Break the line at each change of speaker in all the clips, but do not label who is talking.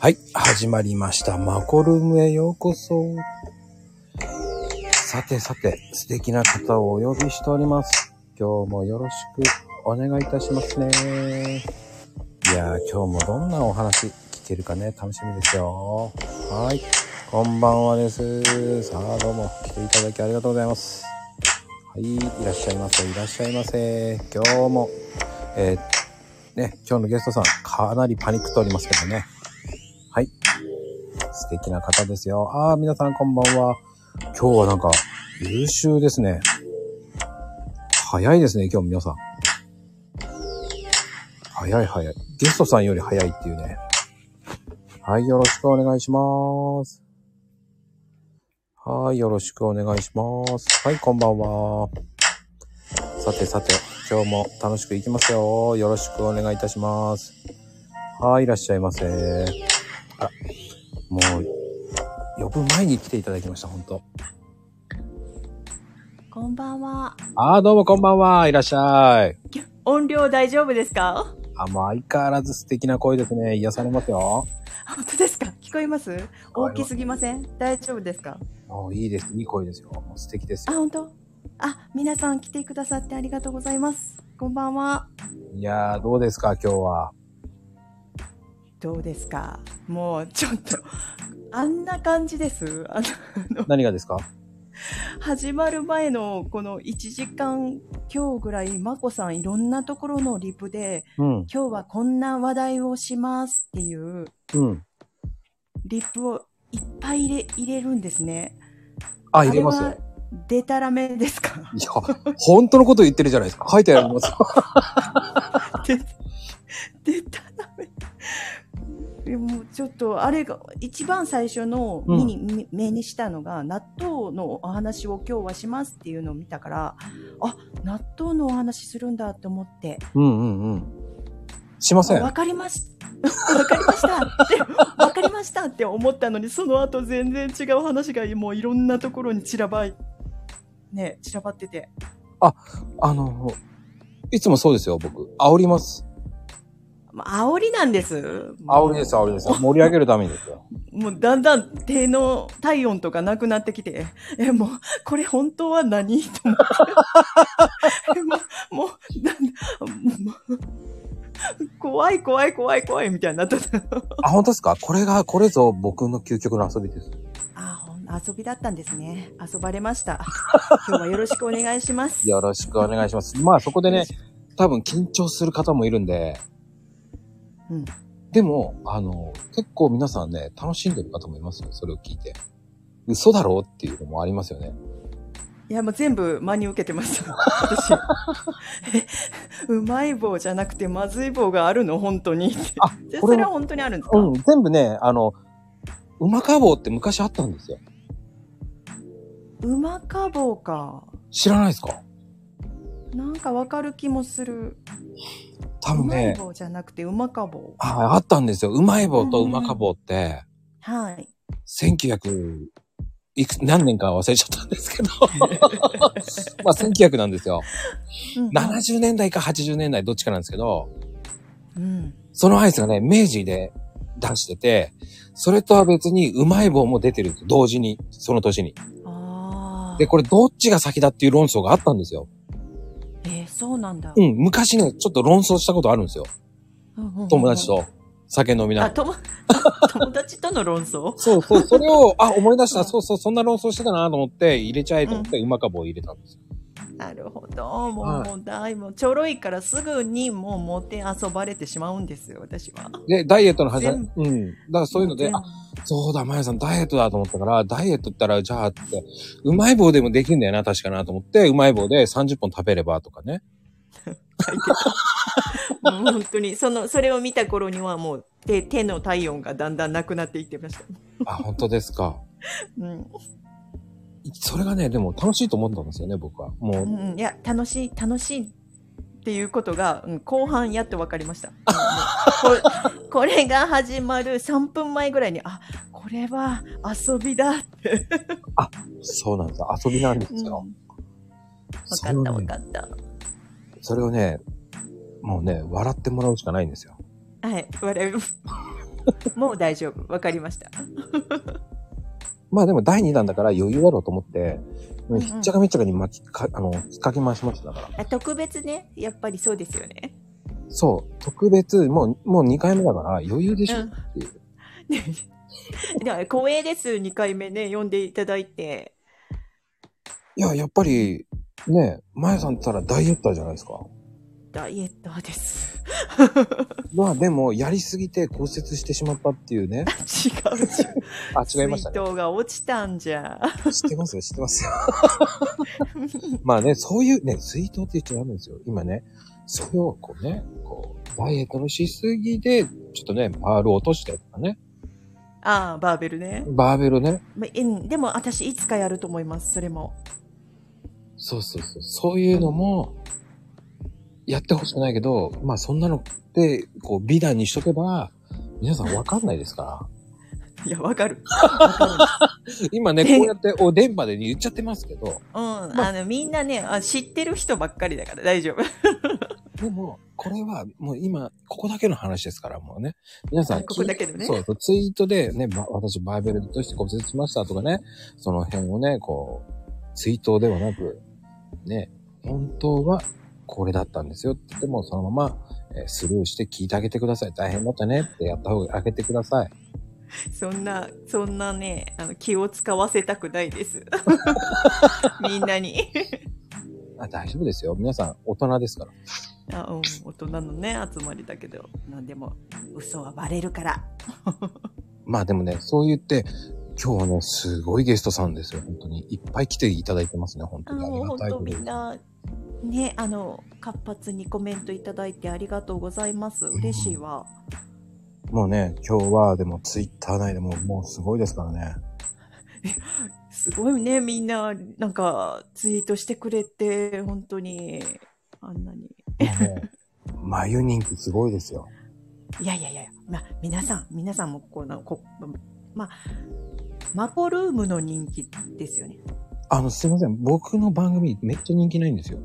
はい、始まりました。マコルームへようこそ。さてさて、素敵な方をお呼びしております。今日もよろしくお願いいたしますね。いやー、今日もどんなお話聞けるかね、楽しみですよ。はい、こんばんはです。さあ、どうも来ていただきありがとうございます。はい、いらっしゃいませ、いらっしゃいませ。今日も、えー、ね、今日のゲストさん、かなりパニックっておりますけどね。はい。素敵な方ですよ。ああ、皆さんこんばんは。今日はなんか優秀ですね。早いですね、今日皆さん。早い早い。ゲストさんより早いっていうね。はい、よろしくお願いします。はい、よろしくお願いします。はい、こんばんは。さてさて、今日も楽しくいきますよ。よろしくお願いいたします。はい、いらっしゃいませ。もう、呼ぶ前に来ていただきました、本当
こんばんは。
ああ、どうもこんばんは。いらっしゃい。
音量大丈夫ですか
あ、もう相変わらず素敵な声ですね。癒されますよ。
あ本当ですか聞こえます大きすぎません大丈夫ですか
もういいです。いい声ですよ。もう素敵です
あ、
よ。
本当あ、皆さん来てくださってありがとうございます。こんばんは。
いやー、どうですか、今日は。
どうですかもう、ちょっと、あんな感じです。あの、
何がですか
始まる前のこの1時間今日ぐらい、まこさんいろんなところのリプで、
うん、
今日はこんな話題をしますっていう
うん。
リプをいっぱい入れ、入れるんですね。
あ、入れますよ。い
あれはデタラメで すか
や、本当のこと言ってるじゃないですか。書いてあり ます。
デデタラメでもちょっとあれが一番最初の
うん
目に,み、目にしたのが納豆のお話を今日はしますっていうのを見たからあ納豆のお話するんだって思って
うんうんうん。しません。
わかりました わかりましたってわかりましたって思ったのにその後全然違う話がもういろんなところに散らばいね散らばってて
あの、いつもそうですよ、僕。煽ります。
まあ煽りなんです
煽りです、煽りです。盛り上げるためにですよ。
もうだんだん低の体温とかなくなってきて、え、もう、これ本当は何と思って。もう、もう、だんだんもう怖い怖い怖い怖いみたいになっとった。
あ、本当ですかこれが、これぞ僕の究極の遊びです。
あ、ほん遊びだったんですね。遊ばれました。今日はよろしくお願いします。
よろしくお願いします。まあそこでね、多分緊張する方もいるんで、
うん
でも、あの、結構皆さんね、楽しんでる方もいますよ、それを聞いて。嘘だろうっていうのもありますよね。
いや、もう全部真に受けてます。私。えうまい棒じゃなくてまずい棒があるの本当にって。
あ
じゃあ
これは
それは本当にあるんですか、
うん、全部ね、あの、うまかぼうって昔あったんですよ。
うまか棒か。
知らないですか
なんかわかる気もする。
多分
うまい
ね、
棒じゃなくてうまかぼう。
はい、あったんですよ。うまい棒とうまかぼうって、
はい。
1900、いく、何年か忘れちゃったんです けど。 まあ、1900なんですよ。
うん
70年代か80年代どっちかなんですけど、
うん。
そのアイスがね、明治で出してて、それとは別にうまい棒も出てるんですよ同時に、その年に。
ああ。
で、これどっちが先だっていう論争があったんですよ。
えーそうなんだ。
うん、昔ね、ちょっと論争したことあるんですよ。
うんうんうん
友達。と酒飲みなが
あ、
ら。
と も友達との論争
そうそう、 それを、あ、思い出した、そうそう、そんな論争してたなと思って、入れちゃえと思って、うまか棒を入れたんですよ。
なるほど。もう、
はい
もう大もうちょろいからすぐにもうモテ遊ばれてしまうんですよ、私は。
で、ダイエットの始
全
め、うん。だからそういうので、
全
あ、そうだ、まやさんダイエットだと思ったから、ダイエットったら、じゃあって、うまい棒でもできるんだよな、確かなと思って、うまい棒で30本食べればとかね。
もう本当に、その、それを見た頃にはもう手、手の体温がだんだんなくなっていってました。
あ、本当ですか。
うん。
それがね、でも楽しいと思ったんですよね、僕は。もう、
うんうん、いや楽しい楽しいっていうことが、うん、後半やっと分か りましたうんここれが始まる3分前ぐらいにあこれは遊びだって、
そうなんですよ。遊びなんで
うん、
す
分
よ。
かった分かった
それをね、もうね、笑ってもらうしかないんですよ。
はい笑もう 大丈夫。わかりました。
まあでも第2弾だから余裕だろうと思って、
んうん
ひっちゃかめっちゃかに巻きか、あの、つっかけ回しましたから。
あ特別ね。やっぱりそうですよね。
そう、特別、もう、もう2回目だから余裕でしょ、
うん
っていう。
ねでも光栄です。2回目ね、読んでいただいて。
いや、やっぱり、ね、まやさんって言ったらダイエッターじゃないですか。
ダイエットです。
まあでも、やりすぎて骨折してしまったっていうね。
違う違う。
あ、 違いましたね。
水筒が落ちたんじゃ。
知ってますよ、知ってますよ。 まあね、そういうね、水筒って言っちゃダメですよ。今ね、それをこうね、こう、ダイエットのしすぎで、ちょっとね、バールを落としてとかね、
ああ、バーベルね。
バーベルね、
まうんでも私いつかやると思います。それも。
そうそうそう、そういうのも、やってほしくないけど、まあそんなのって、こう、美談にしとけば、皆さんわかんないですか
いや、わかる。わかるんです
ら。今ね、こうやって、お、電波で言っちゃってますけど、
うん、
まあ
あの、みんなねあ、知ってる人ばっかりだから大丈夫。
でも、これはもう今、ここだけの話ですから、もうね。皆さん、
ここだけのね
そうそう、ツイートでね、ば私バイベルとして骨折しましたとかね、その辺をね、こう、ツイートではなく、ね、本当はこれだったんですよって言っても、そのまま、えースルーして聞いてあげてください。大変だったねってやった方があげてください。
そんな、そんなね、あの、気を使わせたくない です。みんなに。
あ大丈夫ですよ。皆さん、大人ですから。
あうん、大人のね、集まりだけど。なんでも、嘘はバレるから。
まあでもね、そう言って、今日はね、すごいゲストさんですよ。本当に。いっぱい来ていただいてますね。本
あ
当に。あ
もう
りが
本
たい
当
こと
み
で
んな、ね、あの、活発にコメントいただいてありがとうございます。嬉しいわ。
もうね、今日はでもツイッター内でももうすごいですから ね。
すごいね、みんな、なんか、ツイートしてくれて、本当に、あんなに。
もうね、眉人気すごいですよ。
いやいやいや、まあ、皆さん、皆さんもこの、こまあ、マコルームの人気ですよね。
あの、すいません。僕の番組めっちゃ人気ないんですよ。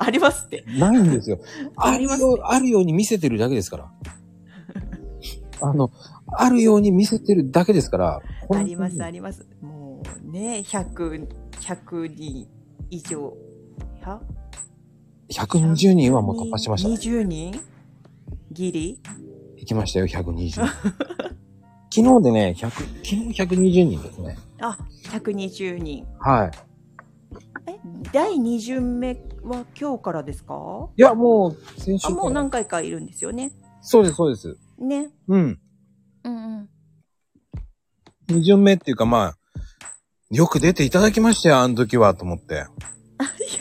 ありますって。
ないんですよ。あ
あ
る
ります
よう、あるように見せてるだけですから。あの、あるように見せてるだけですから。
あります、あ
り
ります。もうね、100、100人以上。は
120人はもう突破しました、ね。
20人ギリ
行きましたよ、120人。 昨日でね、100、昨日120人ですね。
あ、120人。
はい。
え、第2巡目は今日からですかあ、
いや、もう、先週から。
もう何回かいるんですよね。
そうです、そうです。
ね。
うん。
うんうん。
二巡目っていうかまあ、よく出ていただきましたよ、あの時は、と思って。
いや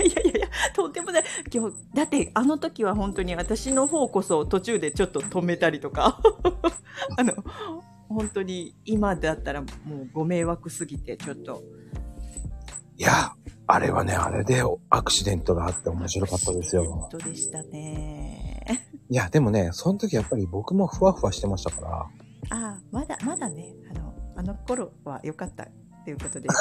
いやいやいや、とんでもない。今日、だってあの時は本当に私の方こそ途中でちょっと止めたりとか。 あの、本当に今だったらもうご迷惑すぎてちょっと。
いや、あれはね、あれでアクシデントがあって面白かったですよ。
本当でしたね。
いや、でもね、その時やっぱり僕もふわふわしてましたから、
ああ、まだ、まだね、あの、あの頃は良かったっていうことで、よ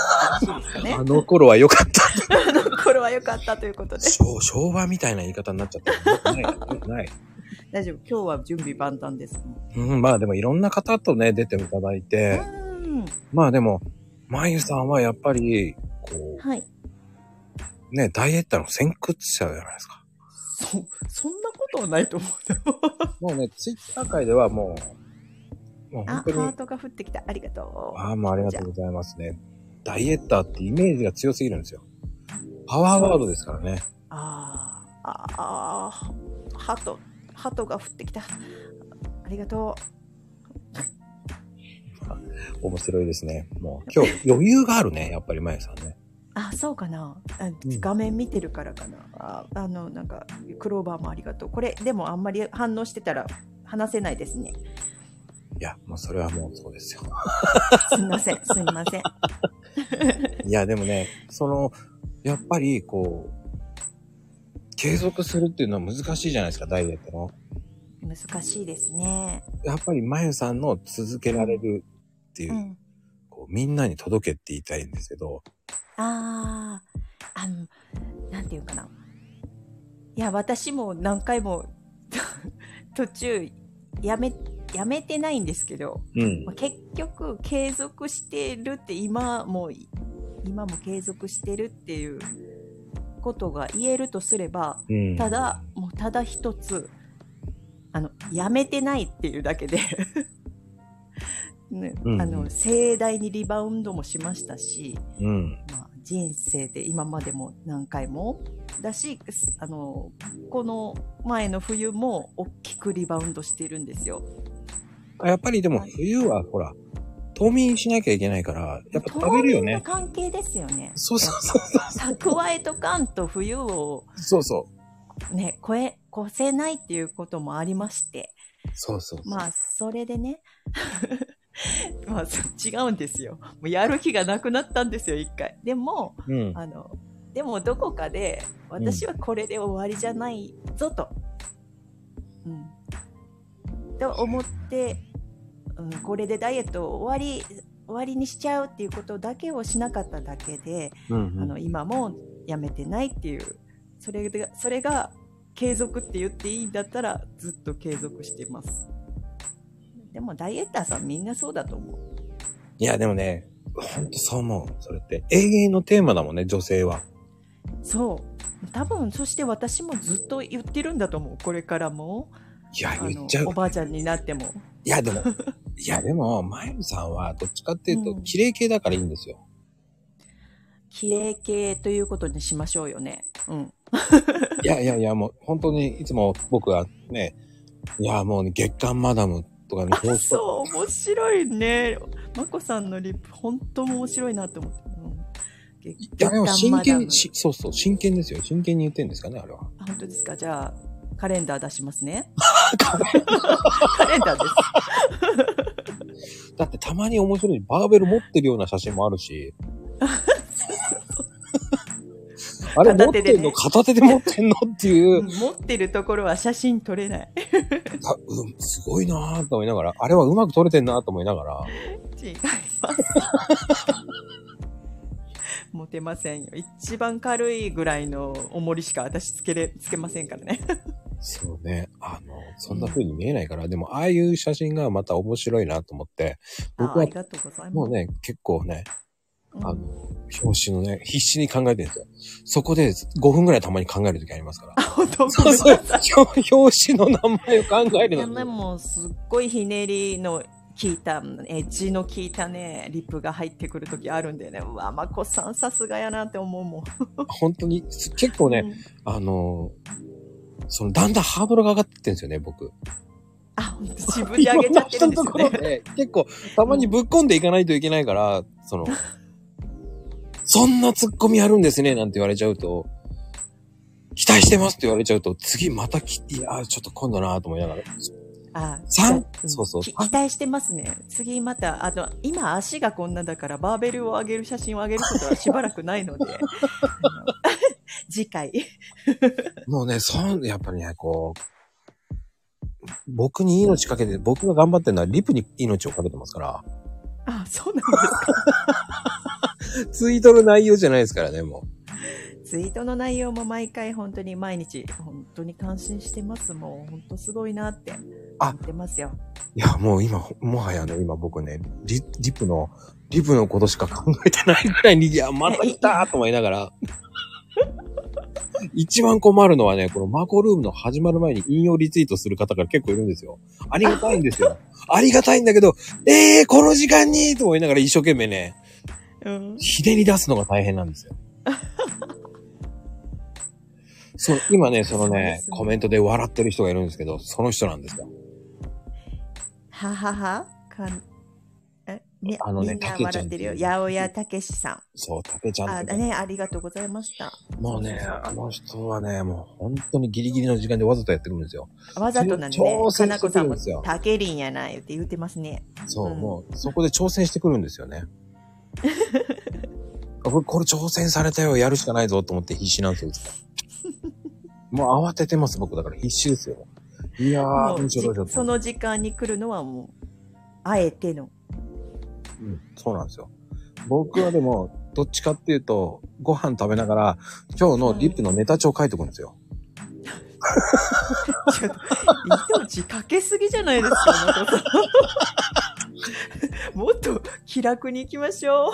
ろしいです かね。
あの頃は良かった。
あの頃は良かったということで。
昭昭和みたいな言い方になっちゃった。ない、ない。
大丈夫。今日は準備万端です。
うん、まあでもいろんな方とね、出ていただいうて、
ん。
まあでも、まゆさんはやっぱり、こ
はい。
う、ね、ダイエッターの先駆者じゃないですか。
そ、そんなことはないと思うよ。
もうね、ツイッター界ではもう、もう
あ、ハ
本当に。
ートが降ってきた。ありがと
ああ、もうありがとうございますね。ダイエッターってイメージが強すぎるんですよ。パワーワードですからね。
う。あーあ、あーハート、ハートが降ってきた。ありがと
面白いですね。もう今日余裕があるね、やっぱりまゆさんね。
う。あ、そうかな。あ
ん
画面見てるからかな。ああの、なんか、クローバーもありがとう。これ、でもあんまり反応してたら話せないですね。
いや、もうそれはもうそうですよ。
すみません、すみません。
いや、でもね、その、やっぱりこう、継続するっていうのは難しいじゃないですか、ダイエットの。
難しいですね。
やっぱりまゆさんの続けられるっていう、
うん。
こうみんなに届けって言いたいんですけど、
ああ、あの、なんていうかな。 いや、私も何回も途中やめやめてないんですけど、
うん
まあ、。結局継続してるって今も今も継続してるっていうことが言えるとすれば
うん。
ただもうただ一つあのやめてないっていうだけで、 ね
うん
あの盛大にリバウンドもしましたし、
うん。
まあ、人生で今までも何回もだしすあのこの前の冬も大きくリバウンドしてるんですよ。
やっぱりでも冬はほら、冬眠しなきゃいけないから、やっぱ食べるよ
冬の
ね。
関係ですよね。
そうそうそう
蓄えとかんと冬を
そう。そうそう。
ね、越え、越せないっていうこともありまして。
そうそう。
まあ、それでね。 まあ、そ違うんですよ。もうやる気がなくなったんですよ、一回。でも、
うん。
あの、でもどこかで、私はこれで終わりじゃないぞと。うん。と思って、うん、これでダイエットを終わり、終わりにしちゃうっていうことだけをしなかっただけで、
う
あ
ん
の。今もやめてないっていうそれがそれが継続って言っていいんだったらずっと継続してますでもダイエッターさんみんなそうだと思う
いや、でもね、ほんとそう思う。それって。永遠のテーマだもんね、女性は。
そう多分そして私もずっと言ってるんだと思うこれからも
いや、
あ
言
の
っちゃう
お。ばあちゃんになっても
いや、でも、いや、でも、まゆみさんは、どっちかっていうと
う、ん
綺麗系だからいいんですよ。
綺麗系ということにしましょうよねうん
いやいやいや、もう、本当に、いつも僕はね、いや、もうね、月刊マダムとかね、こう
そう面白いねまこさんのリップ本当面白いなって思って、うん月
いや、でも
月刊
真
マダム
剣、しそうそう、真剣ですよ。真剣に言ってんですかね、あれは。
あ本当ですかじゃあ、カレンダー出しま すね。カレンダーです。
だってたまに面白い、バーベル持ってるような写真もある し。あれ持っ
片手
て
で
んの
ね
片手で持ってんのっていうう、
ん持ってるところは写真撮れない。
あうん、すごいなぁと思いながら、あれはうまく撮れてんなぁと思いながら。
違います。持てませんよ。一番軽いぐらいの重りしか私つけれ、つけませんからね。
そうね。あの、そんな風に見えないから、でも、ああいう写真がまた面白いなと思って、
あ
僕
あ
は
りがとうございます。
もうね、結構ね、
うん
あの、表紙のね、必死に考えてるんですよ。そこで5分ぐらいたまに考える時ありますから。
本当
そうそう、 表紙の名前を考え
い
る
や
のに。
でもすっごいひねりの効いたエッジの効いたねリップが入ってくる時あるんでねうわまこさんさすがやなって思うもん
本当に、す結構ね、
うん
あの、その、だんだんハードルが上がってってんですよね、僕。
あ本当自分であげちゃっ
いろんな
てるんですよ
人の
ね
ところで、結構、たまにぶっこんでいかないといけないから、そ の、そんな突っ込みあるんですね、なんて言われちゃうと、期待してますって言われちゃうと、次またき、いや、ちょっと今度なと思いながら、
あ
三
じゃあ
そうそう
き期待してますね次またあの今足がこんなだからバーベルを上げる写真を上げることはしばらくないのであの 次回
もうね、そう、やっぱりね、こう、僕に命かけて、僕が頑張ってるのはリプに命をかけてますから、
あそうなんですか
ツイートの内容じゃないですからね、も
ツイートの内容も毎回本当に毎日本当に感心してますもう本当すごいなって
あ
思ってますよ
う。いや、もう今、もはやね、今僕ね、リリプの、リプのことしか考えてないぐらいに、いや、また来たと思いながら、一番困るのはね、このマコルームの始まる前に引用リツイートする方が結構いるんですよ。ありがたいんですよ。ありがたいんだけど、えー、この時間にと思いながら一生懸命ね、
うん
ひねり出すのが大変なん ですよ。そう、今ね、その
そうで
ね
すね
コメントで笑ってる人がいるんですけど、その人なんですよ。
はははかんえみ
あのね
みんな
たけちゃんっていう
笑ってるよ八百屋たけしさん
そう、竹ちゃん
あ
って
だねありがとうございました
もうね、あの人はね、もう本当にギリギリの時間でわざとやってくるんですよ。
わざとなんでね
挑、
か
戦
な
して
こ
く
さ
る
ん
ん
も
ですよ、
たけりんやな言って言ってますね。
そう、
うん
もうそこで挑戦してくるんですよ ね。あこれ、これ挑戦されたよ、やるしかないぞと思って必死なんですよ、いつももう慌ててます、僕だから必死ですよ。いやー、
も
ど
う
うしようどうしよう
じその時間に来るのはもう、あえての。
うん、そうなんですよ。僕はでも、どっちかっていうと、ご飯食べながら、今日のリップのネタ帳書いておくんですよ。
ちょっとも字かけすぎじゃないですか、マコさ んもっと気楽に行きましょ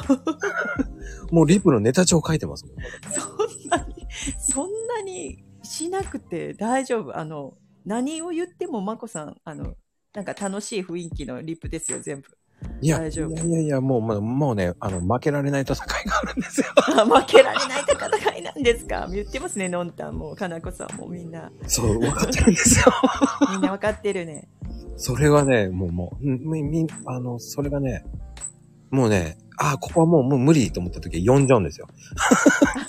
う。
もうリプのネタ帳書いてますもん。
そんなに、そんなにしなくて大丈夫。あの、何を言っても、まこさん、あの、なんか楽しい雰囲気のリップですよ、全部。
いや、
大
い
丈
や
夫
いやいや、もう、もうもうね、あの、負けられない戦いがあるんですよ。
あ負けられない戦いなんですか言ってますね、のんたんも、かなこさんも、みんな。
そう、分かってるんですよ。
みんなわかってるね。
それはね、もう、もう、んみ、み、あの、それがね、もうね、ああ、ここはもう、もう無理と思った時、呼んじゃうんですよ。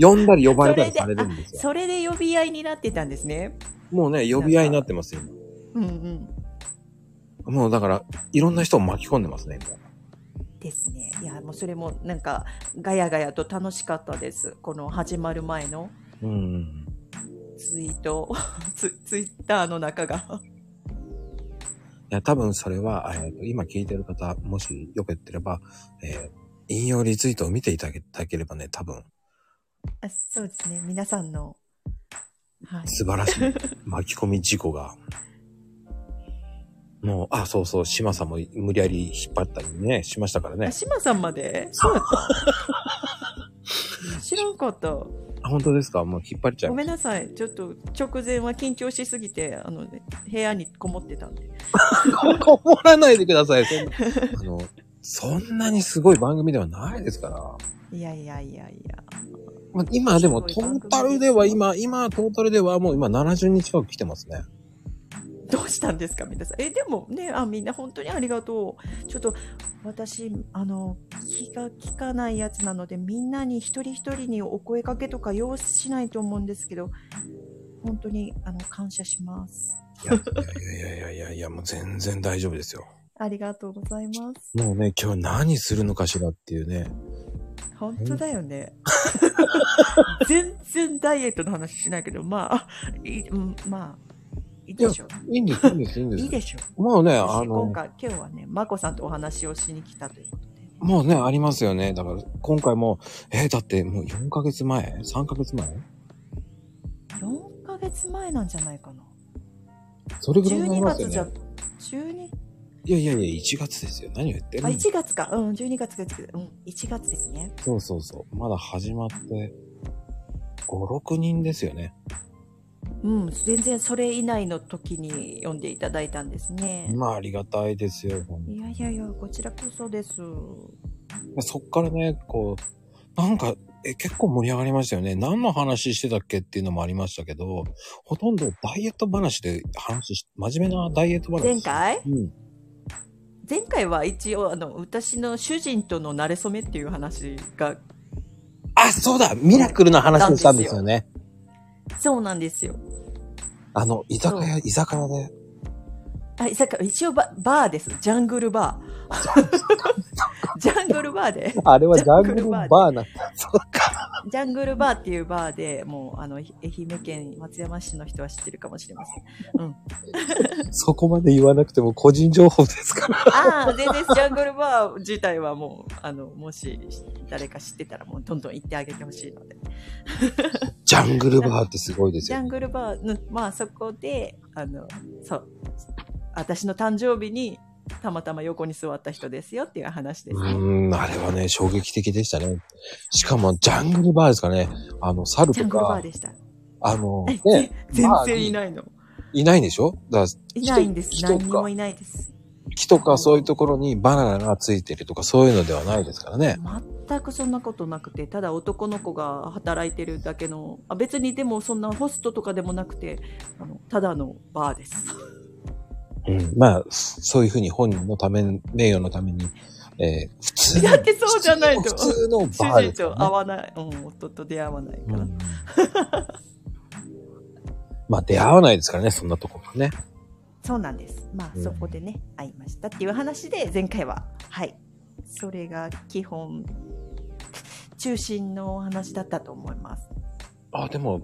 呼んだり呼ばれたりされるんですよ。
それで呼び合いになってたんですね。
もうね、呼び合いになってますよ。
うんうん。
もうだから、いろんな人を巻き込んでますね、今
ですね。いや、もうそれも、なんか、ガヤガヤと楽しかったです。この始まる前の
うん。
ツイート、 ツツイッターの中が。
いや、多分それは、えーと今聞いてる方、もしよければ、えー引用リツイートを見ていただけたければね、多分、
あそうですね。皆さんの。はい。
素晴らしい巻き込み事故が。もう、あ、そうそう、島さんも無理やり引っ張ったりね、しましたからね
あ、。島さんまでそうだった。知らんか った。
あ、本当ですかもう引っ張っちゃ
ご
う。
めんなさい。ちょっと直前は緊張しすぎて、あの、部屋にこもってたんで。
思らないでください。そんな、あの、そんなにすごい番組ではないですから。
いやいやいやいや。
まあ今でも
す
ト
ごい番組
ータルでは、今、今トータルではもう今70人近く来てますね。
どうしたんですか、皆さん。え、でもね、あ、みんな本当にありがとう。ちょっと、私、あの、気が利かないやつなので、みんなに一人一人にお声かけとか要しないと思うんですけど、本当に、あの、感謝します。
いやいやいやいやいや、もう全然大丈夫ですよ。
ありがとうございます。
もうね、今日何するのかしらっていうね。
本当だよね。全然ダイエットの話しないけど、まあ、いいうんまあ、いいでしょう。
いいんです、いいんです、いいんで
いい
す。
でしょう。
もうね、あ
私
の
今、回、今日はね、まこさんとお話をしに来たということで。
もうね、ありますよね。だから、今回も、えーだってもう4ヶ月前 ?3 ヶ月前
4ヶ月前なんじゃないかな。
それぐらいになり
12
ます
月じ
よ
ゃ
ね。、
12、
いやいやいや、1月ですよ。何を言って
あ、
るの
1月か。うん、12月ですけど、うん、1月ですね。
そうそうそう。まだ始まって、5、6人ですよね。
うん、全然それ以内の時に読んでいただいたんですね。
まあ、ありがたいですよ。ほんと
いやいやいや、こちらこそです。
そっからね、こう、なんか、え、結構盛り上がりましたよね。何の話してたっけっていうのもありましたけど、ほとんどダイエット話で話し、真面目なダイエット話。
前回
うん。
前回は一応あの私の主人との馴れ初めっていう話が
あ、そうだミラクルの話をしたんですよね。
そうなんですよ
あの、居酒屋、居酒屋で。
あさっき一応ババーですジャングルバ ージャングルバーで
あれは
ジャングルバーで
ーなんだ。そうか。
ジャングルバーっていうバーでもうあのひ愛媛県松山市の人は知ってるかもしれま せん
そこまで言わなくても個人情報ですから。
ああ全然ジャングルバー自体はもうあのもし誰か知ってたらもうどんどん行ってあげてほしいので
ジャングルバーってすごいです
ジ
よ
ャン
ね。
グルバーの、まあそこで、あの、そう、私の誕生日にたまたま横に座った人ですよっていう話で
う
す。
ーん、あれはね、衝撃的でしたね。しかも、ジャングルバーですかね。あの、猿
ジ
と
ャングルバー
か、
でした。
あの、
え
ね、
全
バー
然
に
いないの。
いないんでしょだから
いないんです。
人
何
人
に
か
もいないです。
木とかそういうところにバナナがついてるとかそういうのではないですからね。
全くそんなことなくて、ただ男の子が働いてるだけの、あ別にでもそんなホストとかでもなくて、あのただのバーです。
うん、まあ、そういうふうに本人のため、名誉のために、えー普通の
だってそうじゃないと
普通の
主
バー
人
ですよ
と
ね
会わない、うん、夫と出会わないか
う
ら。
ん まあ出会わないですからね、そんなとこがね。
そうなんです。ま
う
あ、
ん
そこでね、会いましたっていう話で、前回は、はい。それが基本、中心のお話だったと思います。
あ、でも、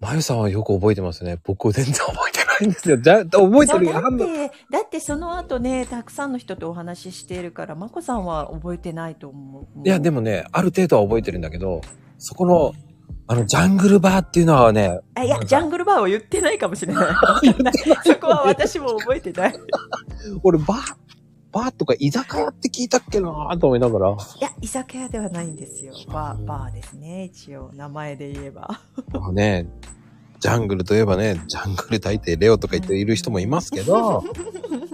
まゆさんはよく覚えてますね。僕は全然覚えてないんですよ。じゃ覚えてるよ
だっ
半分。
て、だってその後ね、たくさんの人とお話ししているから、まこさんは覚えてないと思う。
いや、で
も、
もね、ある程度は覚えてるんだけど、そこの、あの、ジャングルバーっていうのはね、
あいや、ジャングルバーを言ってないかもしれない。そこは私も覚えてない。
俺バー、バーとか居酒屋って聞いたっけなーと思いながら。
いや、居酒屋ではないんですよ。バー、バーですね。一応、名前で言えば。
まあね、ジャングルといえばね、ジャングル大抵レオとか言っている人もいますけど、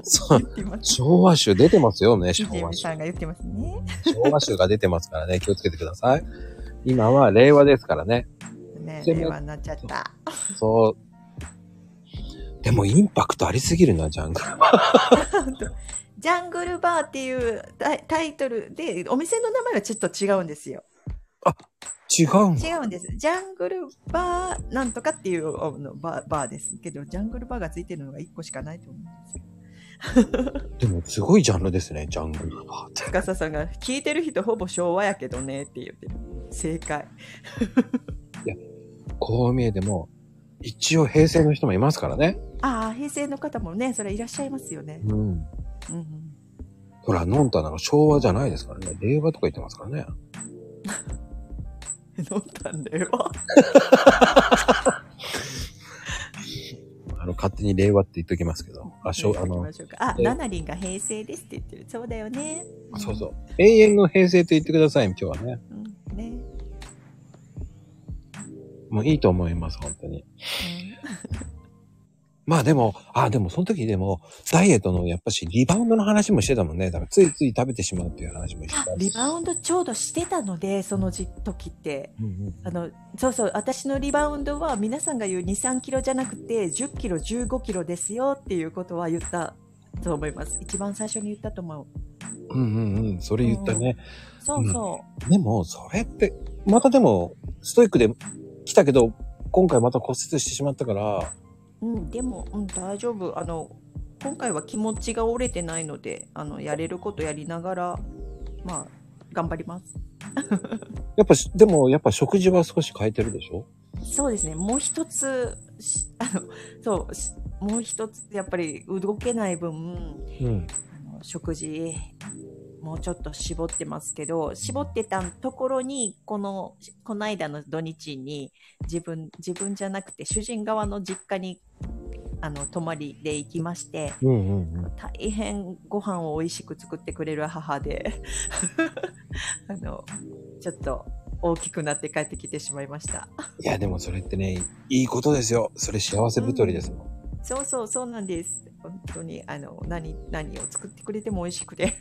そう、
言ってます。
昭和集出てますよね、
ジ
昭
ェ
和
ミ
集。
さんが言ってますね。
昭和集が出てますからね、気をつけてください。今は令和ですからね。
ね、
でも
令和になっちゃった。
そう。でもインパクトありすぎるな、ジャングル。
ジャングルバーっていうタイタイトルで、お店の名前はちょっと違うんですよ。
違うんだ。
違うんです。ジャングルバーなんとかっていうあのバーバーですけど、ジャングルバーがついてるのが1個しかないと思うんですよ。
でもすごいジャンルですね、ジャングルバーって。
深ささんが、聞いてる人ほぼ昭和やけどねって言ってる。正解。
こう見えても、一応平成の人もいますからね。
ああ、平成の方もね、それいらっしゃいますよね。
うん。
うんうん、
ほら、ノンタなんか昭和じゃないですからね。令和とか言ってますからね。
飲んだんだよ。
あの、勝手に令和って言っときますけど。あ、昭
行
あ
き
の
ま、しょうか。あ、
え
ナナリンが平成ですって言ってる。そうだよね。
そうそう。永遠の平成と言ってください、今日はね。
うん。ね。
もういいと思います、本当に。まあでも、あ、でもその時でも、ダイエットのやっぱしリバウンドの話もしてたもんね。だからついつい食べてしまうっていう話もして
あ
た。
リバウンドちょうどしてたので、その時時って。
うんうん
あの、そうそう、私のリバウンドは皆さんが言う2、3キロじゃなくて、10キロ、15キロですよっていうことは言ったと思います。一番最初に言ったと思う。
うんうんうん、それ言ったね。
そうそう。
でも、それって、またでも、ストイックで来たけど、今回また骨折してしまったから、
うん、でも、うん、大丈夫。あの、今回は気持ちが折れてないので、あの、やれることやりながら、まあ、頑張ります。
やっぱし、でもやっぱ食事は少し変えてるでしょ
そうですね。もう一つ、しあの、そう、しもう一つ、やっぱり動けない分、
うん。
あの食事、もうちょっと絞ってますけど、絞ってたところに、この、この間の土日に、自分、自分じゃなくて、主人側の実家に、あの、泊まりで行きまして、
うんうんうん。
大変ご飯を美味しく作ってくれる母で、 あの、ちょっと大きくなって帰ってきてしまいました。
いや、でもそれってね、いいことですよ。それ幸せ太りですもん。
そうそうそうなんです。本当にあの何何を作ってくれても美味しくて、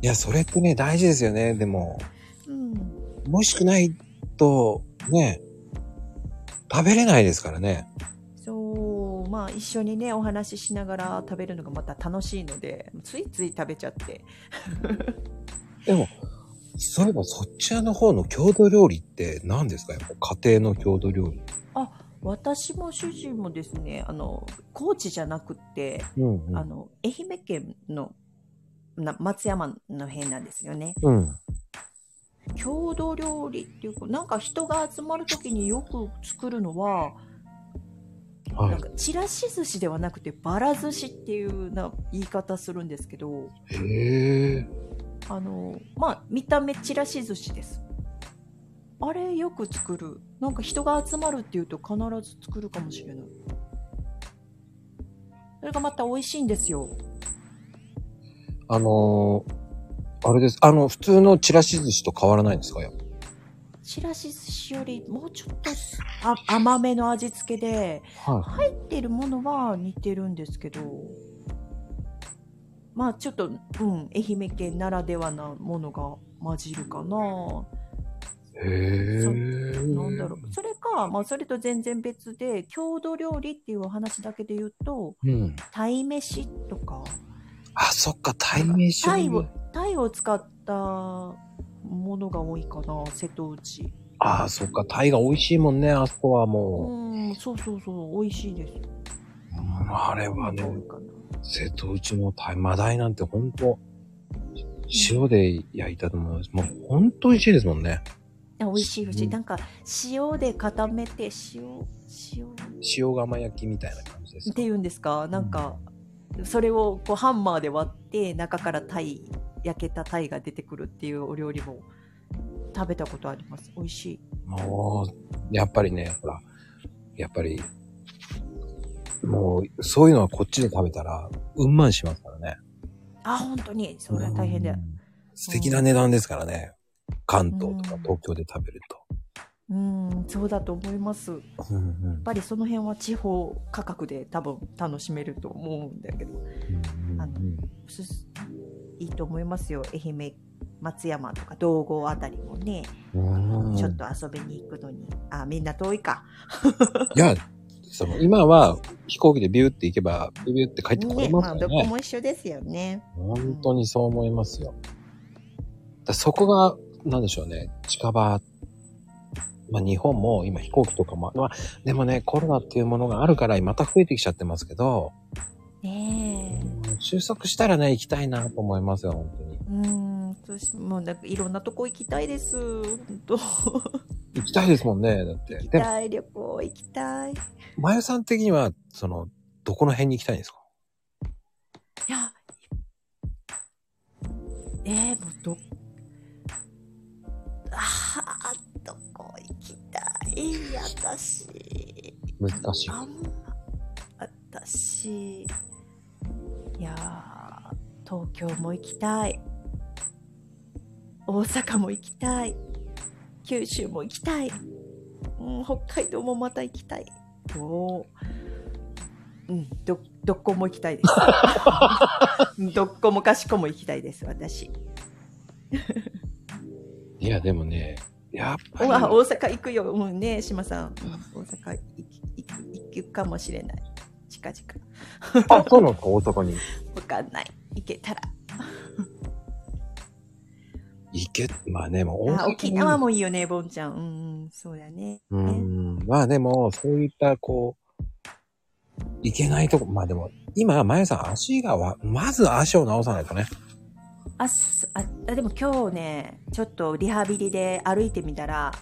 いや、それってね、大事ですよね。でも、
うん、
美味しくないと、ね、食べれないですからね。
そうまあ一緒にねお話ししながら食べるのがまた楽しいのでついつい食べちゃって
でも、そういえばそっちの方の郷土料理って何ですかやっぱ家庭の郷土料理。
私も主人もですねあの高知じゃなくて、
うん、
あの愛媛県のな松山の辺なんですよね
うん。
郷土料理っていうかなんか人が集まる時によく作るのは
は
なんかちらし寿司ではなくてばら寿司っていうな言い方するんですけど
い。へえ。
あのまあ見た目ちらし寿司ですあれよく作るなんか人が集まるっていうと必ず作るかもしれないそれがまた美味しいんですよ
あのーあれです。あの、普通のちらし寿司と変わらないんですかやっぱ
ちらし寿司よりもうちょっとすあ甘めの味付けで
は
入ってるものは似てるんですけどまあちょっと、うん、愛媛県ならではなものが混じるかな、
い。へえ。
なんだろうそれか、まあ、それと全然別で郷土料理っていうお話だけで言うと
う。うん。
鯛めしとか
あ、そっか、対面し
鯛を鯛を使ったものが多いかな瀬戸内
ああ、そっか、タイが美味しいもんね、あそこは
う
も
んそうそうそう美味しいです
う。うんあれはね
ど、うかな
瀬戸内のタイ、マダイなんてほんと、塩で焼いたと思う。もうほんと美味しいですもんね。
あ美味しい美味し
う
い
ん
なんか塩で固めて塩塩
塩釜焼きみたいな感じです
っていうんですかなんかそれをこうハンマーで割って中から鯛焼けた鯛が出てくるっていうお料理も食べたことあります美味しい
もう、やっぱりね、ほら、やっぱり、もう、そういうのはこっちで食べたら、うんまんしますからね。
あ、本当に。それは大変だ
う。ん素敵な値段ですからね。関東とか東京で食べる
うん、そうだと思います。やっ
と。うんうん
ぱりその辺は地方価格で多分楽しめると思うんだけど。
うん
あのおすすいいと思いますよ。愛媛、松山とか道後あたりもね、
うんうん
ちょっと遊びに行くのに。あ、みんな遠いか。
いや、その、今は飛行機でビューって行けば、ビュービューって帰ってこれ
ね、
ま
ますあ、
よ
ど
ね
こ。も一緒ですよね。
本当にそう思いますよ。だそこが、なんでしょうね、近場。まあ日本も今飛行機とかも、まあでもね、コロナっていうものがあるからまた増えてきちゃってますけど、
ね
うん収束したらね、行きたいなと思いますよ、本当に。
え。うん、私もうなんかいろんなとこ行きたいです。本当
行きたいですもんね、だって。
行き
でも、
たい、旅行行きたい。い
まゆさん的には、その、どこの辺に行きたいんですか
や、えー、もうど、あー、どこ行きたい私。
難しい。
あんま、私、いやー、東京も行きたい。大阪も行きたい。九州も行きたい。うん、北海道もまた行きたい。おーうん、ど、どこも行きたいです。どこもかしこも行きたいです、私。
いや、でもね、やっぱ
お
り。
あ大阪行くよ、うんね、島さん。うん大阪行き行く行くかもしれない。近々。
あ、そうなんですか、大阪に。
わかんない。行けたら。
行け、まあね、もう大阪
あ
に
沖縄もいいよね、ボンちゃん。うんうん、そうやね。
うん。まあでも、そういった、こう、いけないとこ、まあでも、今、まゆさん、足がわ、まず足を直さないとね。
あ、すあ、あでも今日ね、ちょっとリハビリで歩いてみたら、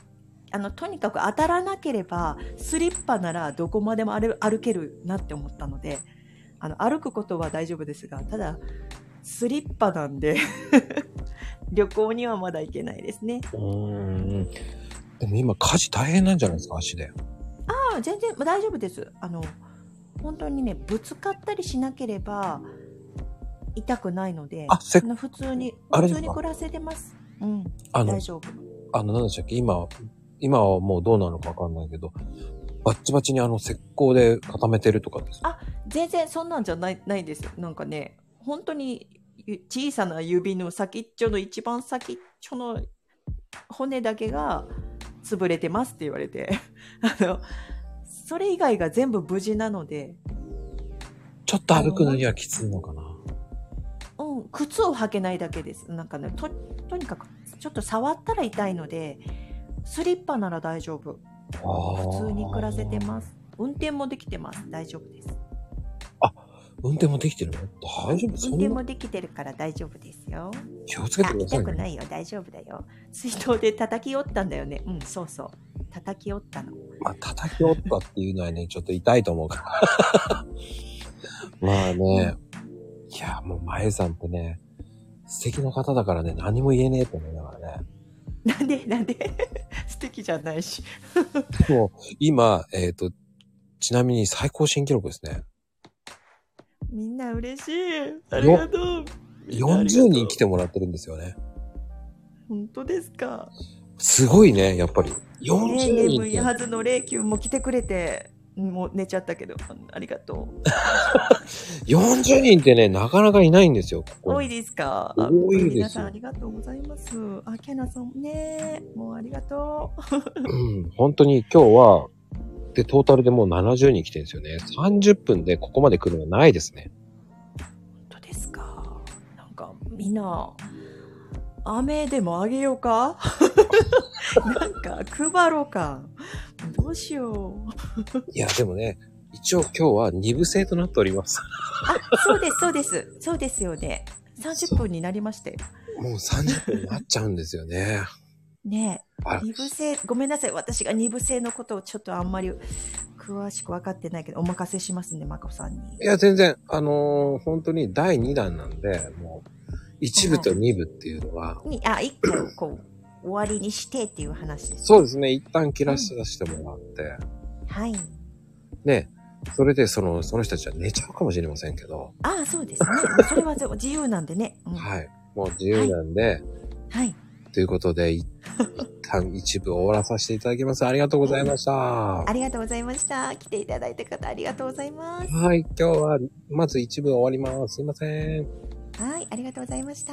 あの、とにかく当たらなければ、スリッパならどこまでも歩歩けるなって思ったので、あの、歩くことは大丈夫ですが、ただ、スリッパなんで、 旅行にはまだ行けないですね。
うん。でも今、家事大変なんじゃないですか、足で。
あ全然まあ大丈夫ですあの本当にねぶつかったりしなければ痛くないので
あせっ
の普通に
あれで
普
す
通
か
に暮らせてますうん
あの
大、丈夫
あの、なんでしたっけ、今、今はもうどうなのかわかんないけど、バッチバチにあの、石膏で固めてるとかです。
あ全然そんなんじゃないないですなんかね本当にゆ小さな指の先っちょの一番先っちょの骨だけが潰れてますって言われて あのそれ以外が全部無事なので
ちょっと歩くのにはきついのかな。。
うん、靴を履けないだけです。なんかね、と、とにかく、ちょっと触ったら痛いので、スリッパなら大丈夫。普通に暮らせてますす。運転もできてます。大丈夫です。
運転もできてるの大丈夫
運
そ
転
んな
もできてるから大丈夫ですよ。
気をつけて
あ、
くださ
痛
い
く
ね。
ないよ。大丈夫だよ。水筒で叩き折ったんだよね。うん、そうそう。叩き折ったの。
まあ、叩き折ったっていうのはね、ちょっと痛いと思うから。まあね、いや、もう、まえさんってね、素敵な方だからね、何も言えねえと思いながらね。
なんで、なんで 素敵じゃないし。
でも今、えっ、と、ちなみに最高新記録ですね。
みんな嬉しい。ありがとう。みんなありがとう
40人来てもらってるんですよね。
本当ですか。
すごいね、やっぱり。
ね、
40人
眠
っ
い
て。
はずの霊柩も来てくれて、もう寝ちゃったけど、ありがとう。
40人ってね、なかなかいないんですよ、ここ
多い
に。
ですか
多いですよ
本当に皆さんありがとうございます。あ、キャナさんね、もうありがとう。
うん、本当に今日は、で、トータルでもう70人来てるんですよね。30分でここまで来るのはないですね。
本当ですか。なんか、みんな、雨でもあげよう かなんか、配ろうか。どうしよう。
いや、でもね、一応今日は二部制となっております。
あ、そうです、そうです。そうですよね。30分になりましたよ。
もう30分になっちゃうんですよね。
ね
あ
え、二部制、ごめんなさい。私が二部制のことをちょっとあんまり詳しく分かってないけど、お任せしますね、まこさんに
い。や、全然、あのー本当に第2弾なんで、もう、1部と2部っていうのは、
にあ、一個、こう、終わりにしてっていう話です。
そうですね。一旦切らし出してもらって、
はい。
ね、それでその、その人たちは寝ちゃうかもしれませんけど、
ああ、そうですね。もうそれはそう自由なんでね。うん、はい。
はい。もう自由なんで、ということで、い一旦一部終わらさせていただきます。ありがとうございました。は
ありがとうございました。来ていただいた方ありがとうございます。
い、今日は、まず一部終わります。すいません。
はい。ありがとうございました。